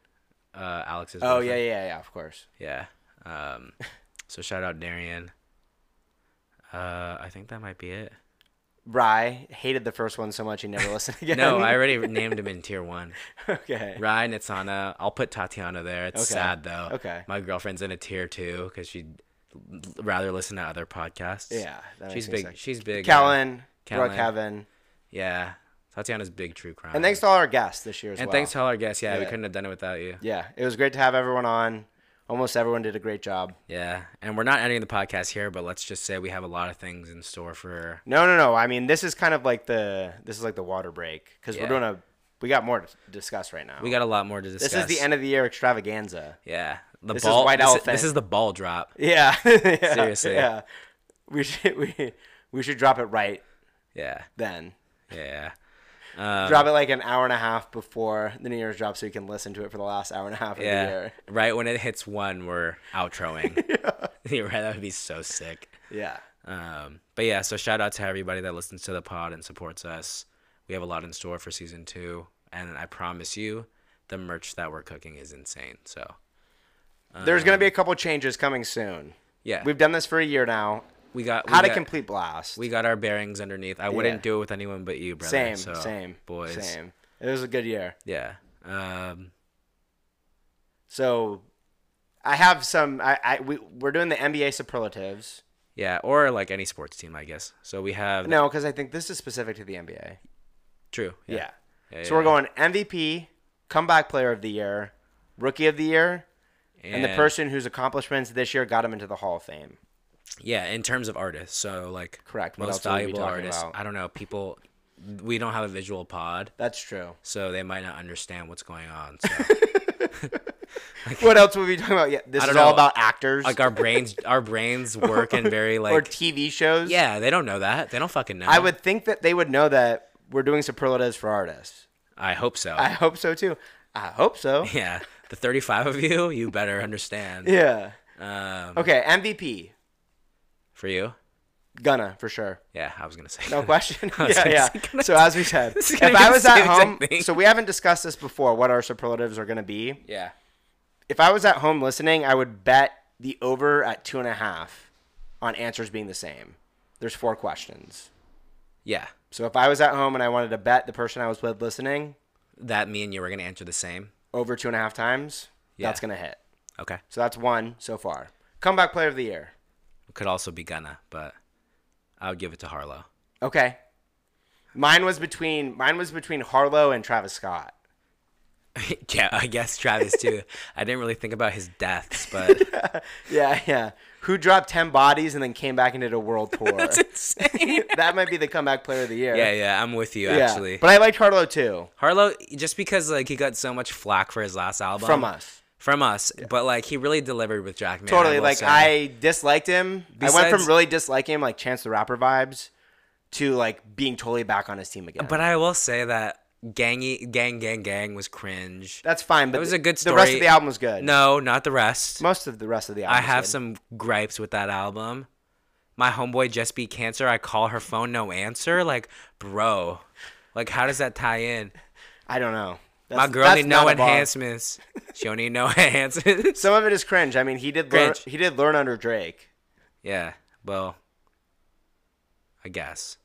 B: Uh, Alex's.
C: Oh yeah, yeah, yeah. Of course.
B: yeah, yeah. Um, so shout out Darian. Uh, I think that might be it.
C: Rye hated the first one so much he never listened again.
B: No, I already named him in tier one.
C: okay.
B: Ryan Nitsana. I'll put Tatiana there. It's
C: Okay.
B: sad though.
C: Okay.
B: My girlfriend's in a tier two because she'd l- rather listen to other podcasts.
C: Yeah, that
B: She's
C: makes me
B: big.
C: sick.
B: She's big. uh,
C: Callan, Roy
B: Callan.
C: Kevin,
B: yeah. Tatiana's big true crime.
C: and thanks to all our guests this year as
B: and
C: well.
B: thanks to all our guests. yeah, we
C: Yeah.
B: couldn't have done it without you.
C: Yeah, it was great to have everyone on. Almost everyone did a great job.
B: Yeah, and we're not ending the podcast here, but let's just say we have a lot of things in store for.
C: No, no, no. I mean, this is kind of like the this is like the water break because
B: Yeah.
C: we're doing a we got more to discuss right now.
B: We got a lot more to discuss.
C: this is the end of the year extravaganza.
B: Yeah, the
C: This is
B: ball.
C: White
B: this,
C: Elephant.
B: this is the ball drop.
C: Yeah. Yeah,
B: Seriously.
C: Yeah. We should we we should drop it right
B: Yeah,
C: then.
B: yeah. Um,
C: drop it like an hour and a half before the New Year's drop, so you can listen to it for the last hour and a half of the
B: Yeah.
C: year.
B: Right when it hits one, we're outroing. You're right. That would be so sick.
C: Yeah.
B: Um, but yeah, so shout out to everybody that listens to the pod and supports us. We have a lot in store for season two, and I promise you, the merch that we're cooking is insane. So
C: There's going to be a couple changes coming soon.
B: yeah,
C: We've done this for a year now.
B: we got we
C: How to
B: got-
C: complete blast.
B: We got our bearings underneath. I
C: Yeah.
B: wouldn't do it with anyone but you, brother.
C: same,
B: so,
C: same,
B: boys.
C: same. It was a good year.
B: Yeah. Um,
C: So I have some. I, I we we're doing the NBA superlatives.
B: yeah, or like any sports team, I guess. So we have
C: No, because I think this is specific to the NBA.
B: True.
C: Yeah.
B: Yeah,
C: so we're
B: yeah.
C: going MVP, comeback player of the year, rookie of the year, and, the person whose accomplishments this year got him into the Hall of Fame.
B: Yeah, in terms of artists, so like
C: Correct. What
B: most
C: else are we
B: valuable
C: talking
B: artists.
C: about?
B: I don't know people. We don't have a visual pod,
C: That's true.
B: so they might not understand what's going on. So.
C: What else would we talk about? Yeah, this
B: I
C: is
B: don't
C: all
B: know.
C: about actors
B: like our brains, our brains work in very like.
C: or TV shows.
B: yeah, they don't know that. They don't fucking know.
C: I would think that they would know that we're doing superlatives for artists.
B: I hope so.
C: I hope so too. I hope so.
B: yeah, the thirty-five of you, you better understand.
C: yeah.
B: Um,
C: Okay, MVP.
B: for you.
C: Gonna for sure.
B: Yeah, I was gonna say.
C: No question.
B: I was
C: yeah,
B: gonna
C: yeah.
B: say, can I-
C: So as we said,
B: This is
C: if
B: gonna be
C: I
B: the
C: was at
B: same exact
C: home,
B: thing.
C: so we haven't discussed this before. What our superlatives are gonna be?
B: yeah.
C: If I was at home listening, I would bet the over at two and a half on answers being the same. There's four questions.
B: Yeah.
C: So if I was at home and I wanted to bet the person I was with listening
B: That me and you were gonna answer the same.
C: over two and a half times, that's
B: Yeah.
C: gonna hit.
B: Okay.
C: So that's one so far. Comeback player of the year.
B: Could also be Gunna, but I would give it to Harlow.
C: Okay. Mine was between mine was between Harlow and Travis Scott.
B: yeah, I guess Travis too. I didn't really think about his deaths, but
C: Yeah, yeah. Who dropped ten bodies and then came back and did a world tour? that might be the comeback player of the year.
B: yeah, yeah, I'm with you actually.
C: But I liked Harlow too.
B: Harlow, just because like he got so much flack for his last album
C: From us.
B: from us, but like he really delivered with Jackman. I
C: Totally.
B: will
C: like
B: say.
C: I disliked him. I went from
B: Besides-
C: really disliking him, like Chance the Rapper vibes, to like being totally back on his team again.
B: But I will say that gangy, gang, gang, gang was cringe.
C: that's fine. But
B: was a good
C: The rest of
B: story.
C: the album was good.
B: No, not the rest.
C: most of the rest of the album.
B: I
C: was
B: have
C: good.
B: some gripes with that album. My homeboy just beat cancer. I call her phone, no answer. Like, bro, like how does that tie in?
C: I don't know.
B: My
C: That's-
B: girl
C: that's
B: need no
C: not a bar.
B: enhancements. She don't need no enhancements.
C: Some of it is cringe. I mean, he did learn,
B: Cringe.
C: he did learn under Drake.
B: yeah, well, I guess.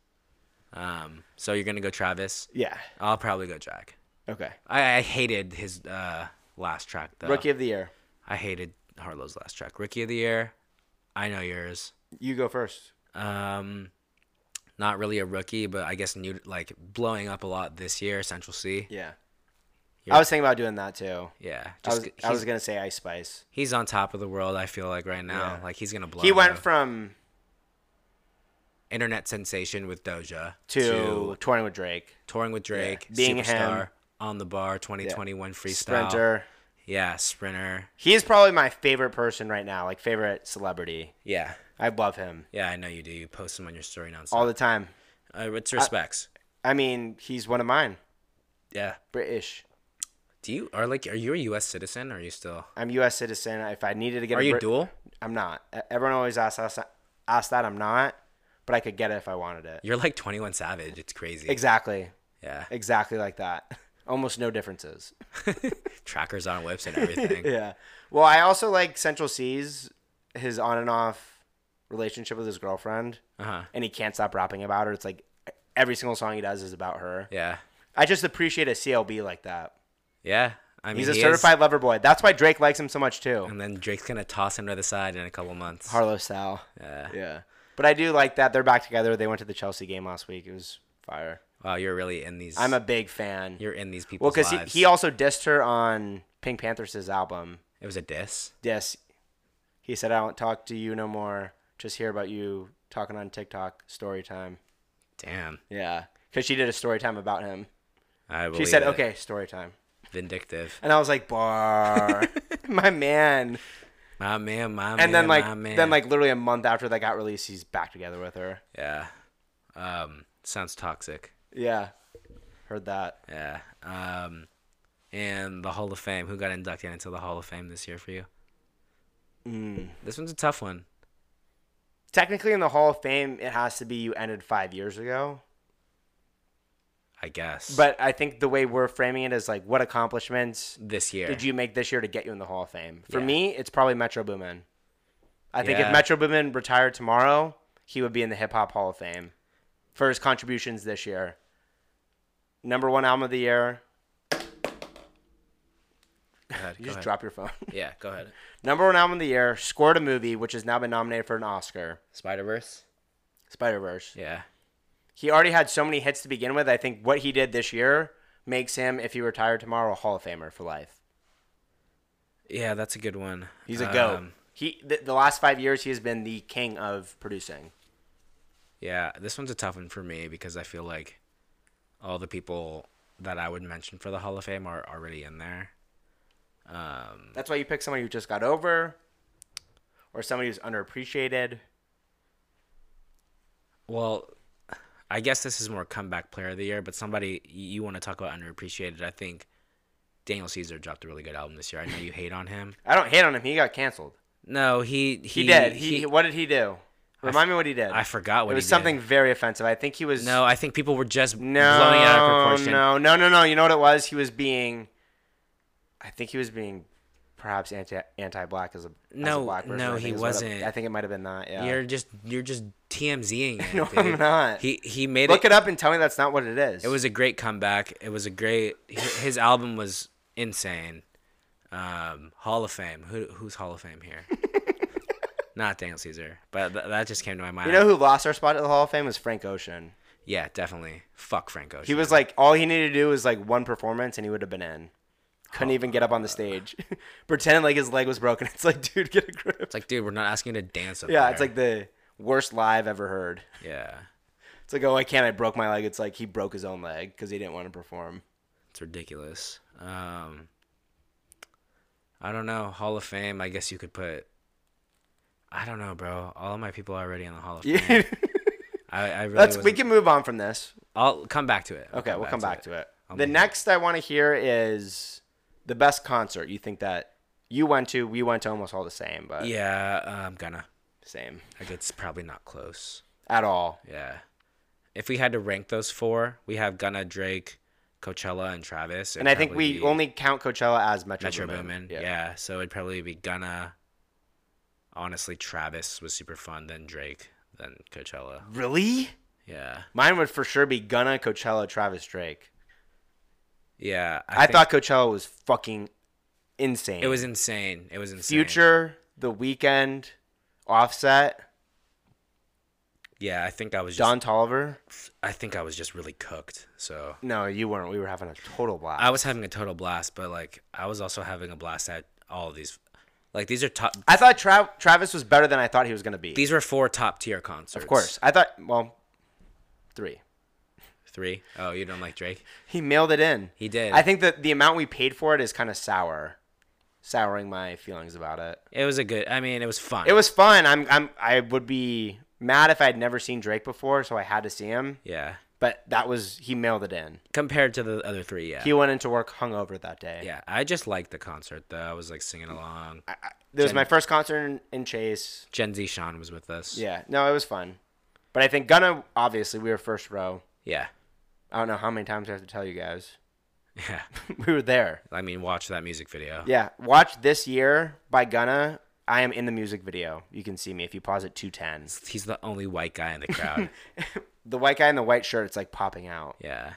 B: Um, so you're gonna go Travis.
C: Yeah.
B: I'll probably go Jack.
C: Okay.
B: I, I hated his uh, last track though.
C: Rookie of the year.
B: I hated Harlow's last track. Rookie of the year. I know yours.
C: You go first.
B: Um, not really a rookie, but I guess new like blowing up a lot this year. Central C.
C: Yeah.
B: You're-
C: I was thinking about doing that too.
B: Yeah,
C: I
B: just
C: was,
B: he's,
C: I was gonna say Ice Spice.
B: he's on top of the world. I feel like right now,
C: Yeah.
B: like he's gonna blow.
C: He went
B: up.
C: from
B: internet sensation with Doja
C: to, touring with Drake,
B: touring with Drake,
C: being
B: superstar
C: him.
B: on the bar, 2021 freestyle.
C: Sprinter.
B: Yeah, sprinter.
C: He is probably my favorite person right now, like favorite celebrity.
B: Yeah,
C: I love him
B: yeah, I know you do. You post him on your story nonstop.
C: all the time.
B: uh, it's respects.
C: I mean, he's one of mine.
B: yeah.
C: British.
B: Do you are like are you a U.S. citizen? Or are you still?
C: I'm U.S. citizen. If I needed to get,
B: Are
C: a
B: you
C: Brit-
B: dual?
C: I'm not. E- Everyone always asks us asks that. I'm not, but I could get it if I wanted it.
B: You're like 21 Savage. It's crazy.
C: Exactly.
B: yeah.
C: Exactly like that. Almost no differences.
B: Trackers on whips and everything.
C: Yeah. Well, I also like Central C's his on and off relationship with his girlfriend,
B: Uh huh.
C: and he can't stop rapping about her. It's like e-, every single song he does is about her.
B: Yeah.
C: I just appreciate a CLB like that.
B: Yeah. I mean,
C: He's a
B: he is-
C: certified lover boy. That's why Drake likes him so much too.
B: and then Drake's gonna toss him to the side in a couple months.
C: Harlow style.
B: Yeah.
C: Yeah. But I do like that they're back together. They went to the Chelsea game last week. It was fire.
B: Wow, you're really in these.
C: I'm a big fan.
B: You're in these
C: Well,
B: people's
C: because he,
B: lives.
C: he also dissed her on Pink Panthers' album.
B: it was a diss.
C: Yes. He said, I don't talk to you no more. Just hear about you talking on TikTok story time.
B: Damn.
C: Yeah. Because she did a story time about him.
B: I
C: She
B: believe
C: said,
B: it.
C: okay, story time.
B: Vindictive.
C: And I was like, bar, my man.
B: My man, my man.
C: And then
B: my
C: like,
B: man.
C: then like literally a month after that got released, he's back together with her.
B: Yeah. Um, sounds toxic.
C: Yeah. Heard that.
B: Yeah. Um, and the Hall of Fame. Who got inducted into the Hall of Fame this year for you?
C: Mm.
B: This one's a tough one.
C: Technically in the Hall of Fame, it has to be you ended five years ago.
B: I guess.
C: But I think the way we're framing it is like, what accomplishments
B: this year,
C: did you make this year to get you in the Hall of Fame? For
B: Yeah.
C: me, it's probably Metro Boomin. I think
B: Yeah.
C: if Metro Boomin retired tomorrow, he would be in the Hip Hop Hall of Fame for his contributions this year. Number one album of the year.
B: Go ahead, go
C: You just
B: ahead.
C: drop your phone.
B: Yeah, go ahead.
C: Number one album of the year. Scored a movie, which has now been nominated for an Oscar.
B: Spider Verse.
C: Spider Verse.
B: Yeah.
C: He already had so many hits to begin with. I think what he did this year makes him, if he retired tomorrow, a Hall of Famer for life.
B: Yeah, that's a good one.
C: He's a goat.
B: Um,
C: he th- the last five years he has been the king of producing.
B: Yeah, this one's a tough one for me because I feel like all the people that I would mention for the Hall of Fame are already in there. Um,
C: That's why you pick somebody who just got over, or somebody who's underappreciated.
B: well, I guess this is more comeback player of the year, but somebody you want to talk about underappreciated. I think Daniel Caesar dropped a really good album this year. I know you hate on him.
C: I don't hate on him. He got canceled.
B: No, he he,
C: He, did. He, what did he do? Remind me what he did.
B: I forgot what
C: it was
B: he did.
C: something very offensive. I think he was
B: No, I think people were just
C: no
B: blowing it out of proportion.
C: no no no no. You know what it was? He was being. I think he was being, perhaps anti anti black as a as a
B: No,
C: black person.
B: no,
C: I think
B: he
C: is what it-
B: wasn't.
C: I think it might have been that. Yeah.
B: You're just you're just TMZing it.
C: No,
B: dude.
C: I'm not.
B: He he made
C: Look
B: it.
C: it up and tell me that's not what it is.
B: It was a great comeback. It was a great. hi- His album was insane. Um, Hall of Fame. Who who's Hall of Fame here? Not Daniel Caesar, but th- that just came to my mind.
C: You know who lost our spot at the Hall of Fame was Frank Ocean.
B: yeah, definitely. Fuck Frank Ocean.
C: He was like, all he needed to do was like one performance, and he would have been in. Couldn't
B: Oh
C: even get up on the stage, pretending like his leg was broken. It's like, dude, get a grip.
B: It's like, dude, we're not asking you to dance. Up
C: Yeah, it's
B: there."
C: like the worst live ever heard.
B: yeah,
C: It's like, oh, I can't. I broke my leg. It's like he broke his own leg because he didn't want to perform.
B: it's ridiculous. Um, I don't know. Hall of Fame. I guess you could put. I don't know, bro. All of my people are already in the Hall of Fame.
C: Yeah,
B: I, I really.
C: let's. We
B: wasn't-
C: can move on from this.
B: I'll come back to it. I'll
C: Okay, we'll come back to it.
B: I'll
C: The
B: move on.
C: next I want to hear is the best concert you think that you went to. We went to almost all the same, but
B: Yeah, uh, I'm gonna.
C: same
B: Like it's probably not close.
C: at all.
B: Yeah. If we had to rank those four, we have Gunna, Drake, Coachella, and Travis. It'd
C: And I think
B: probably
C: we
B: be
C: only count Coachella as Metro,
B: Metro
C: Boomin.
B: Boomin. Yeah. so it'd probably be Gunna. Honestly, Travis was super fun. Then Drake. Then Coachella.
C: Really?
B: Yeah.
C: Mine would for sure be Gunna, Coachella, Travis Drake.
B: Yeah.
C: I,
B: think
C: thought Coachella was fucking insane.
B: it was insane. It was insane.
C: Future, The Weekend, Offset,
B: Yeah, I think I was just.
C: Don Tolliver.
B: I think I was just really cooked. So.
C: No, you weren't. We were having a total blast.
B: I was having a total blast, but like I was also having a blast at all of these. Like these are top.
C: I thought Tra- Travis was better than I thought he was going to be.
B: These were four top tier concerts.
C: of course. I thought, well, three.
B: Three. Oh, you don't like Drake?
C: He mailed it in.
B: He did.
C: I think that the amount we paid for it is kind of sour, souring my feelings about it.
B: It was a good. I mean, it was fun.
C: It was fun. I'm, I'm, I would be mad if I'd never seen Drake before, so I had to see him.
B: Yeah.
C: But that was he mailed it in.
B: Compared to the other three, yeah.
C: He went into work hungover that day.
B: yeah, I just liked the concert though. I was like singing along.
C: It was my first concert in, in Chase.
B: Gen Z Sean was with us.
C: Yeah, no, it was fun. But I think Gunna, obviously, we were first row.
B: Yeah.
C: I don't know how many times I have to tell you guys.
B: Yeah.
C: we were there.
B: I mean, watch that music video.
C: Yeah, watch this year by Gunna. I am in the music video. You can see me if you pause at 210.
B: He's the only white guy in the crowd.
C: The white guy in the white shirt, it's like popping out.
B: yeah.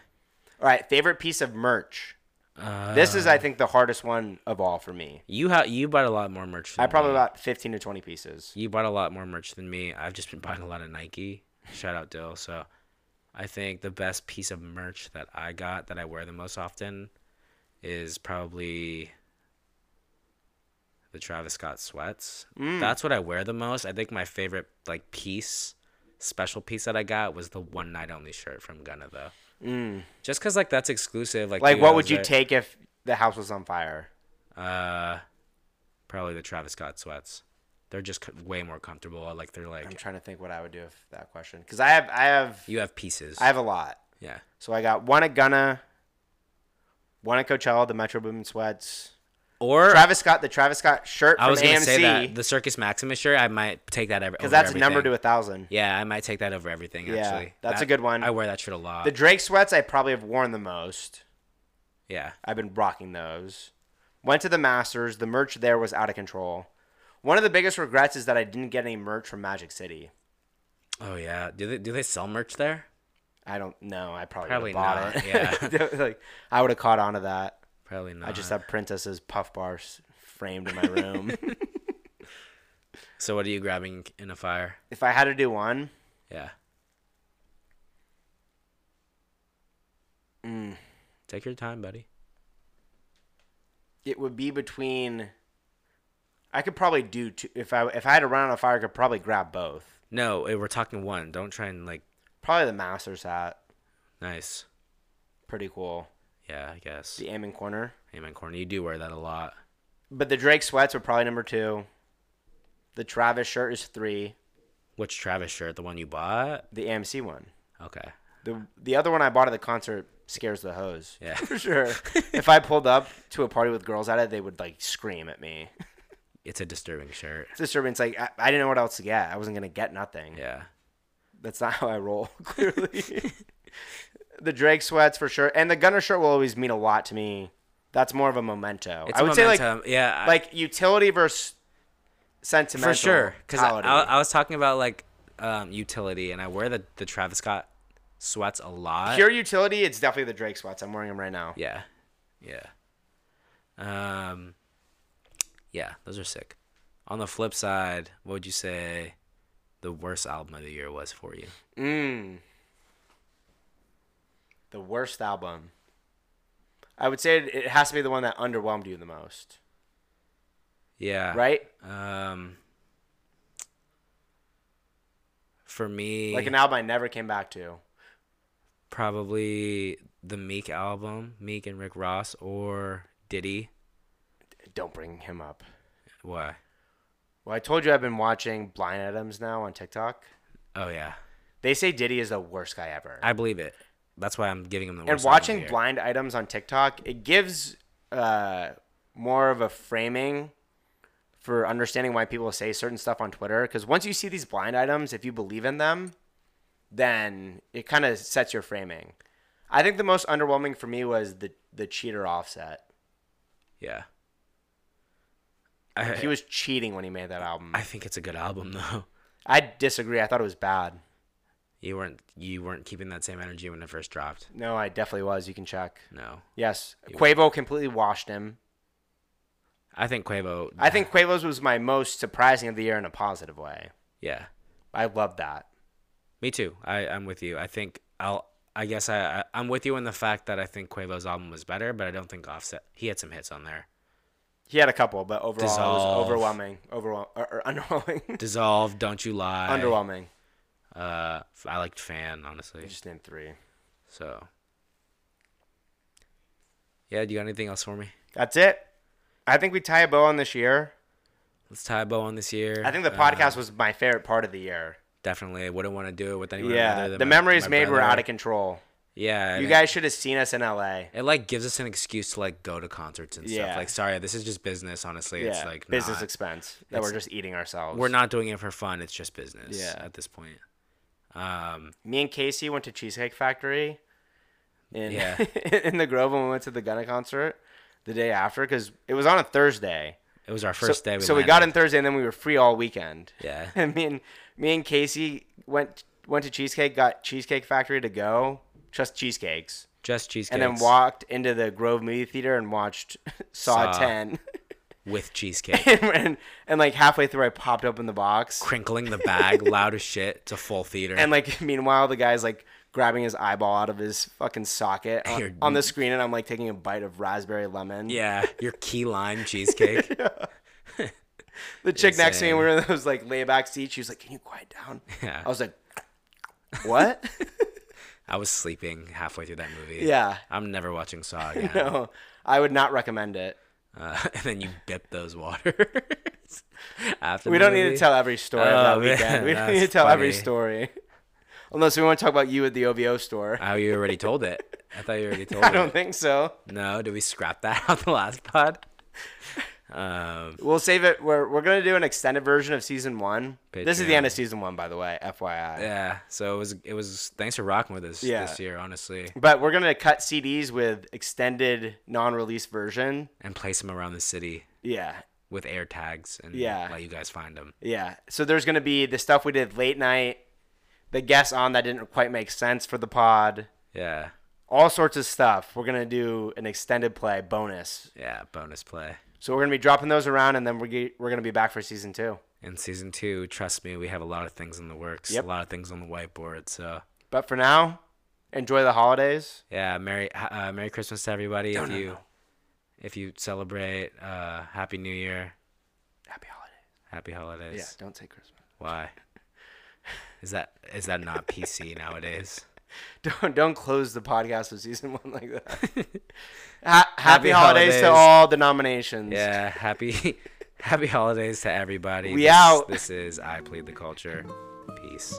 C: All right, favorite piece of merch.
B: Uh,
C: This is, I think, the hardest one of all for me.
B: you ha- you bought a lot more merch. Than
C: I probably
B: me.
C: bought 15 to 20 pieces.
B: you bought a lot more merch than me. I've just been buying a lot of Nike. Shout out Dill. So I think the best piece of merch that I got that I wear the most often is probably the Travis Scott sweats.
C: Mm.
B: That's what I wear the most. I think my favorite like piece, special piece that I got was the one night only shirt from Gunna though. Just cause like that's exclusive. Like,
C: Mm. Like,
B: dude, I
C: what
B: was
C: would you
B: there-
C: take if the house was on fire?
B: Uh, probably the Travis Scott sweats. They're just co- way more comfortable. I Like they're
C: I'm
B: like
C: trying to think what I would do if that question. Because I have, I have,
B: you have pieces.
C: I have a lot.
B: Yeah.
C: So I got one at Gunna, one at Coachella, the Metro Boomin sweats.
B: Or
C: Travis Scott, the Travis Scott shirt
B: I
C: from
B: was gonna
C: AMC,
B: say that the Circus Maximus shirt, I might take that ever
C: because
B: because
C: that's a number to a thousand.
B: Yeah, I might take that over everything.
C: Yeah,
B: actually,
C: that's
B: That-
C: a good one.
B: I wear that shirt a lot.
C: The Drake sweats I probably have worn the most.
B: yeah,
C: I've been rocking those. Went to the Masters. The merch there was out of control. One of the biggest regrets is that I didn't get any merch from Magic City.
B: Oh yeah. Do they do they sell merch there?
C: I don't know. I probably,
B: Probably
C: probably bought
B: not,
C: it.
B: yeah. Uh-huh.
C: like I would have caught on to that.
B: Probably not.
C: I just have Princess's puff bars framed in my room.
B: So what are you grabbing in a fire?
C: if I had to do one,
B: Yeah.
C: Mm.
B: Take your time, buddy.
C: it would be between. I could probably do two. If I if I had to run out of fire, I could probably grab both.
B: No, eh, we're talking one. Don't try and like
C: Probably the Masters hat.
B: nice.
C: Pretty cool.
B: Yeah, I guess.
C: The Ammon corner.
B: Amen, corner. You do wear that a lot.
C: But the Drake sweats are probably number two. The Travis shirt is three.
B: Which Travis shirt? The one you bought?
C: The AMC one.
B: Okay.
C: The the other one I bought at the concert scares the hose.
B: Yeah.
C: for sure. if I pulled up to a party with girls at it, they would like scream at me.
B: It's a disturbing shirt.
C: It's disturbing. It's like I, I didn't know what else to get. I wasn't gonna get nothing.
B: Yeah.
C: That's not how I roll. Clearly, the Drake sweats for sure, and the Gunner shirt will always mean a lot to me. That's more of a memento.
B: It's
C: I would say like
B: momentum. yeah, I-
C: like utility versus sentimental.
B: for sure. Because I,
C: tality.
B: I, I was talking about like um, utility, and I wear the the Travis Scott sweats a lot.
C: Pure utility, it's definitely the Drake sweats. I'm wearing them right now.
B: Yeah. Yeah. Um Yeah, those are sick. On the flip side, what would you say the worst album of the year was for you?
C: Mm. The worst album. I would say it, it has to be the one that underwhelmed you the most,
B: Yeah.
C: right?
B: Um for me
C: Like an album I never came back to.
B: probably the Meek album, Meek and Rick Ross or Diddy.
C: Don't bring him up.
B: Why?
C: Well, I told you I've been watching Blind Adams now on TikTok.
B: Oh yeah.
C: They say Diddy is the worst guy ever.
B: I believe it. That's why I'm giving him the worst.
C: and
B: album of the
C: watching
B: year.
C: blind items on TikTok, it gives uh, more of a framing for understanding why people say certain stuff on Twitter. Because once you see these blind items, if you believe in them, then it kind of sets your framing. I think the most underwhelming for me was the the cheater offset.
B: Yeah. I,
C: He was cheating when he made that album.
B: I think it's a good album though.
C: I disagree. I thought it was bad.
B: You weren't you weren't keeping that same energy when it first dropped.
C: No, I definitely was. You can check.
B: No.
C: Yes, Quavo completely washed him.
B: I think Quavo
C: I think Quavo's was my most surprising of the year in a positive way.
B: yeah.
C: I love that.
B: Me too. I, I'm with you. I think I'll I guess I, I I'm with you in the fact that I think Quavo's album was better, but I don't think offset he had some hits on there.
C: He had a couple, but overall it
B: Dissolve.
C: was overwhelming. Overwhelming or, or underwhelming.
B: Dissolve, Don't You Lie.
C: underwhelming.
B: Uh f- I liked fan,
C: I
B: honestly.
C: just named three.
B: So Yeah, do you got anything else for me?
C: That's it. I think we tie a bow on this year.
B: Let's tie a bow on this year.
C: I think the
B: Uh,
C: podcast was my favorite part of the year.
B: definitely I wouldn't want to do it with anyone
C: Yeah,
B: other than
C: the
B: my-
C: memories
B: my
C: made were
B: brother.
C: out of control.
B: Yeah. and
C: You
B: it-
C: guys should have seen us in LA.
B: it like gives us an excuse to like go to concerts and
C: Yeah.
B: stuff. Like, sorry, this is just business. Honestly,
C: Yeah,
B: it's like
C: business
B: not-
C: expense that we're just eating ourselves.
B: we're not doing it for fun. It's just business.
C: Yeah.
B: At this point. Um.
C: Me and Casey went to Cheesecake Factory, in
B: Yeah.
C: in the Grove when we went to the Gunna concert the day after because it was on a Thursday.
B: It was our first
C: so,
B: day.
C: so we got in Thursday, and then we were free all weekend.
B: Yeah.
C: And me and me and Casey went went to Cheesecake, got Cheesecake Factory to go, just cheesecakes,
B: just cheesecake
C: and then walked into the Grove Movie Theater and watched Saw,
B: Saw.
C: Ten.
B: with cheesecake,
C: and, and like halfway through, I popped open the box,
B: crinkling the bag loud as shit to full theater.
C: and like meanwhile, the guy's like grabbing his eyeball out of his fucking socket
B: You're-
C: on, on the screen, and I'm like taking a bite of raspberry lemon.
B: yeah, your key lime cheesecake.
C: The chick next to me,
B: Insane.
C: we were in those like layback seats. She was like, "Can you quiet down?"
B: Yeah.
C: I was like, "What?"
B: I was sleeping halfway through that movie.
C: Yeah.
B: I'm never watching Saw again.
C: No, I would not recommend it.
B: Uh, and then you dip those waters after.
C: We
B: the
C: don't need
B: movie.
C: to tell every story
B: Oh,
C: of that
B: man,
C: weekend. we don't need to
B: that's
C: tell every
B: funny.
C: story. Unless we want to talk about you at the OVO store.
B: Oh, you already told it. I thought you already told
C: I
B: it.
C: don't think so.
B: No, did we scrap that on the last pod? Um,
C: We'll save it. We're, we're going to do an extended version of season one. This is the
B: Patreon.
C: end of season one, by the way, FYI.
B: yeah. So it was. It was. Thanks for rocking with us
C: Yeah.
B: this year, honestly,
C: But we're going to cut CDs with extended non release version.
B: and place them around the city
C: Yeah.
B: with air tags and
C: Yeah.
B: let you guys find them.
C: Yeah. So there's going to be the stuff we did late night, the guests on that didn't quite make sense for the pod,
B: Yeah.
C: all sorts of stuff. We're going to do an extended play bonus.
B: Yeah. Bonus play.
C: So we're going to be dropping those around and then we're, ge- we're going to be back for season two.
B: In season two, trust me, we have a lot of things in the works.
C: Yep.
B: A lot of things on the whiteboard. So
C: But for now, enjoy the holidays.
B: yeah, merry uh, Merry Christmas to everybody. if
C: no,
B: you
C: no.
B: if you celebrate, uh, Happy New Year,
C: Happy holidays.
B: Happy Holidays.
C: Yeah. Don't say Christmas.
B: Why? Is that is that not PC nowadays?
C: Don't don't close the podcast with season one like that. ha- happy
B: Happy
C: holidays,
B: holidays.
C: to all denominations.
B: Yeah, happy happy holidays to everybody.
C: We
B: This-
C: out.
B: This is I plead the culture. Peace.